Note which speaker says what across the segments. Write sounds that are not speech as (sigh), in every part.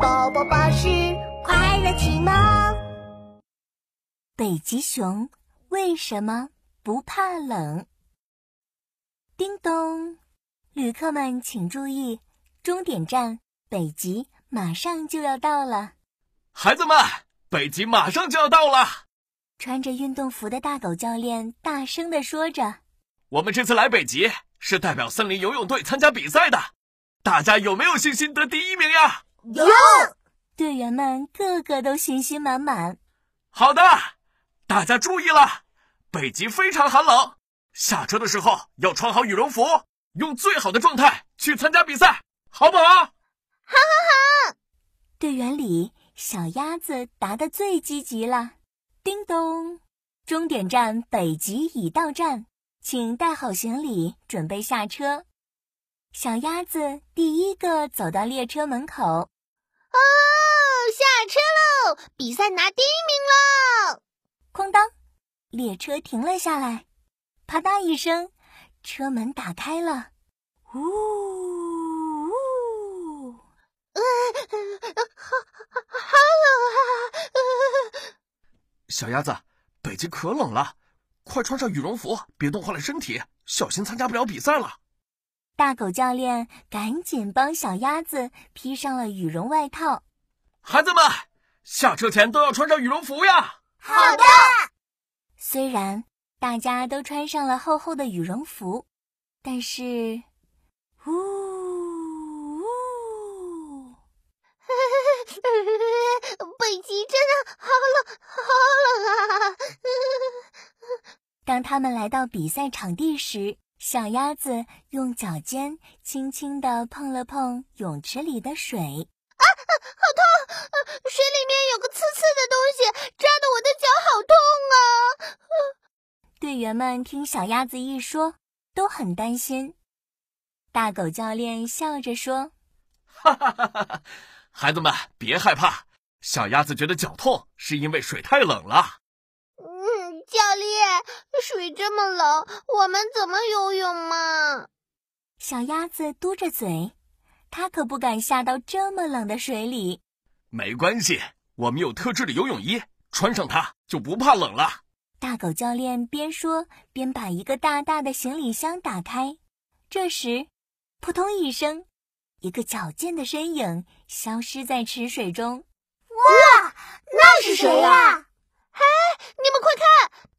Speaker 1: 宝宝巴士快乐启蒙。
Speaker 2: 北极熊为什么不怕冷？叮咚，旅客们请注意，终点站北极马上就要到了。
Speaker 3: 孩子们，北极马上就要到了，
Speaker 2: 穿着运动服的大狗教练大声地说着
Speaker 3: 我们这次来北极是代表森林游泳队参加比赛的，大家有没有信心得第一名呀？
Speaker 1: 有，：“
Speaker 2: 队员们个个都信心满满。
Speaker 3: 好的，大家注意了，北极非常寒冷，下车的时候要穿好羽绒服，用最好的状态去参加比赛，好不好？”
Speaker 2: 队员里，小鸭子答得最积极了。叮咚，终点站北极已到站，请带好行李，准备下车。小鸭子第一个走到列车门口，
Speaker 1: 哦下车喽！比赛拿第一名喽！ (laughs)
Speaker 2: 哐当，列车停了下来，啪嗒一声，车门打开了，呜呜，
Speaker 3: 小鸭子，北极可冷了，快穿上羽绒服，别冻坏了身体，小心参加不了比赛了。
Speaker 2: 大狗教练赶紧帮小鸭子披上了羽绒外套。
Speaker 3: 孩子们，下车前都要穿上羽绒服呀！
Speaker 1: 好的，
Speaker 2: 虽然大家都穿上了厚厚的羽绒服，但是，呜呜，
Speaker 1: 北极真的好冷，好冷啊！ (laughs)
Speaker 2: 当他们来到比赛场地时，小鸭子用脚尖轻轻地碰了碰泳池里的水。
Speaker 1: 水里面有个刺刺的东西，扎得我的脚好痛啊！
Speaker 2: 队员们听小鸭子一说，都很担心。大狗教练笑着说
Speaker 3: 哈哈哈哈哈！ (laughs) 孩子们别害怕，小鸭子觉得脚痛是因为水太冷了。
Speaker 1: 嗯，教练，水这么冷，我们怎么游泳嘛？：“
Speaker 2: 小鸭子嘟着嘴，它可不敢下到这么冷的水里。”
Speaker 3: 没关系，我们有特制的游泳衣，穿上它就不怕冷了。
Speaker 2: 大狗教练边说边把一个大大的行李箱打开。这时，扑通一声，一个矫健的身影消失在池水中。
Speaker 1: 那是谁呀、嘿，你们快看，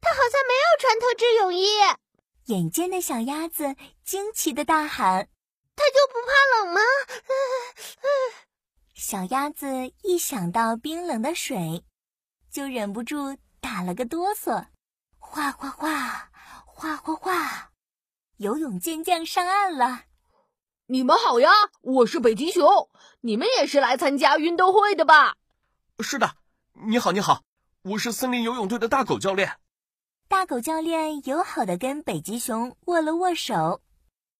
Speaker 1: 他好像没有穿特制泳衣，他
Speaker 2: 眼尖的小鸭子惊奇的大喊
Speaker 1: 就不怕冷吗？：“
Speaker 2: 小鸭子！”一想到冰冷的水，就忍不住打了个哆嗦。哗哗哗，哗哗哗，游泳健将上岸了。
Speaker 4: 你们好呀，我是北极熊，你们也是来参加运动会的吧？
Speaker 3: 是的，你好，你好，我是森林游泳队的大狗教练。
Speaker 2: 大狗教练友好的跟北极熊握了握手。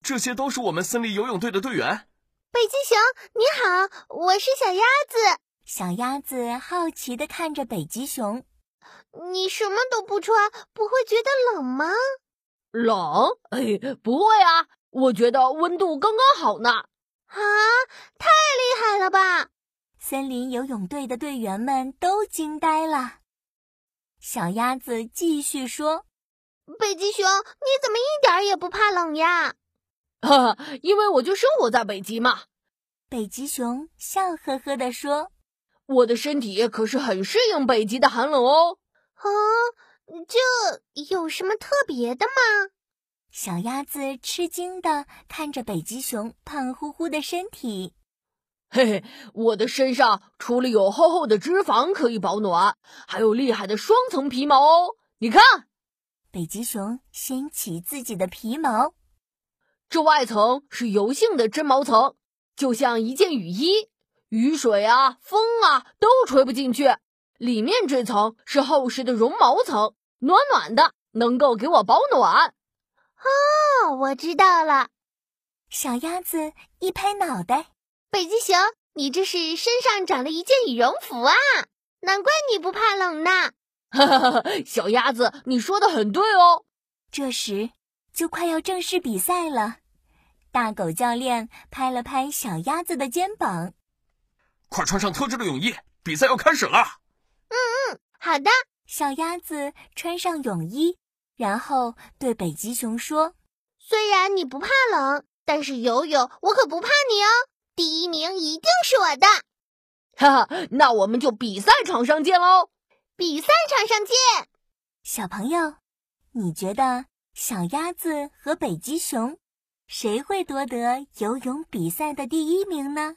Speaker 3: 这些都是我们森林游泳队的队员。
Speaker 1: 北极熊，你好，我是小鸭子。
Speaker 2: 小鸭子好奇地看着北极熊，
Speaker 1: 你什么都不穿，不会觉得冷吗？
Speaker 4: 冷？哎，不会啊，我觉得温度刚刚好呢。 (laughs)
Speaker 1: 啊，太厉害了吧！
Speaker 2: 森林游泳队的队员们都惊呆了。小鸭子继续说
Speaker 1: 北极熊，你怎么一点儿也不怕冷呀？
Speaker 4: 哈哈，因为我就生活在北极嘛，：“
Speaker 2: 北极熊笑呵呵地说，
Speaker 4: 我的身体可是很适应北极的寒冷哦。
Speaker 1: 啊，这有什么特别的吗？
Speaker 2: 小鸭子吃惊地看着北极熊胖乎乎的身体。
Speaker 4: 嘿嘿，我的身上除了有厚厚的脂肪可以保暖，还有厉害的双层皮毛哦。你看，
Speaker 2: 北极熊掀起自己的皮毛，
Speaker 4: 这外层是油性的真毛层，就像一件雨衣，雨水啊、风啊都吹不进去。里面这层是厚实的绒毛层，暖暖的，能够给我保暖。
Speaker 1: 哦，我知道了，
Speaker 2: 小鸭子一拍脑袋，
Speaker 1: 北极熊，你这是身上长了一件羽绒服啊，难怪你不怕冷呢。
Speaker 4: 哈哈哈，小鸭子，你说的很对哦。
Speaker 2: 这时就快要正式比赛了。大狗教练拍了拍小鸭子的肩膀，
Speaker 3: 快穿上特制的泳衣，比赛要开始了。
Speaker 1: 好的，
Speaker 2: 小鸭子穿上泳衣，然后对北极熊说
Speaker 1: 虽然你不怕冷，但是游泳我可不怕你哦。第一名一定是我的，
Speaker 4: 哈哈，那我们就比赛场上见喽！
Speaker 1: 比赛场上见。：“
Speaker 2: 小朋友，你觉得小鸭子和北极熊谁会夺得游泳比赛的第一名呢？”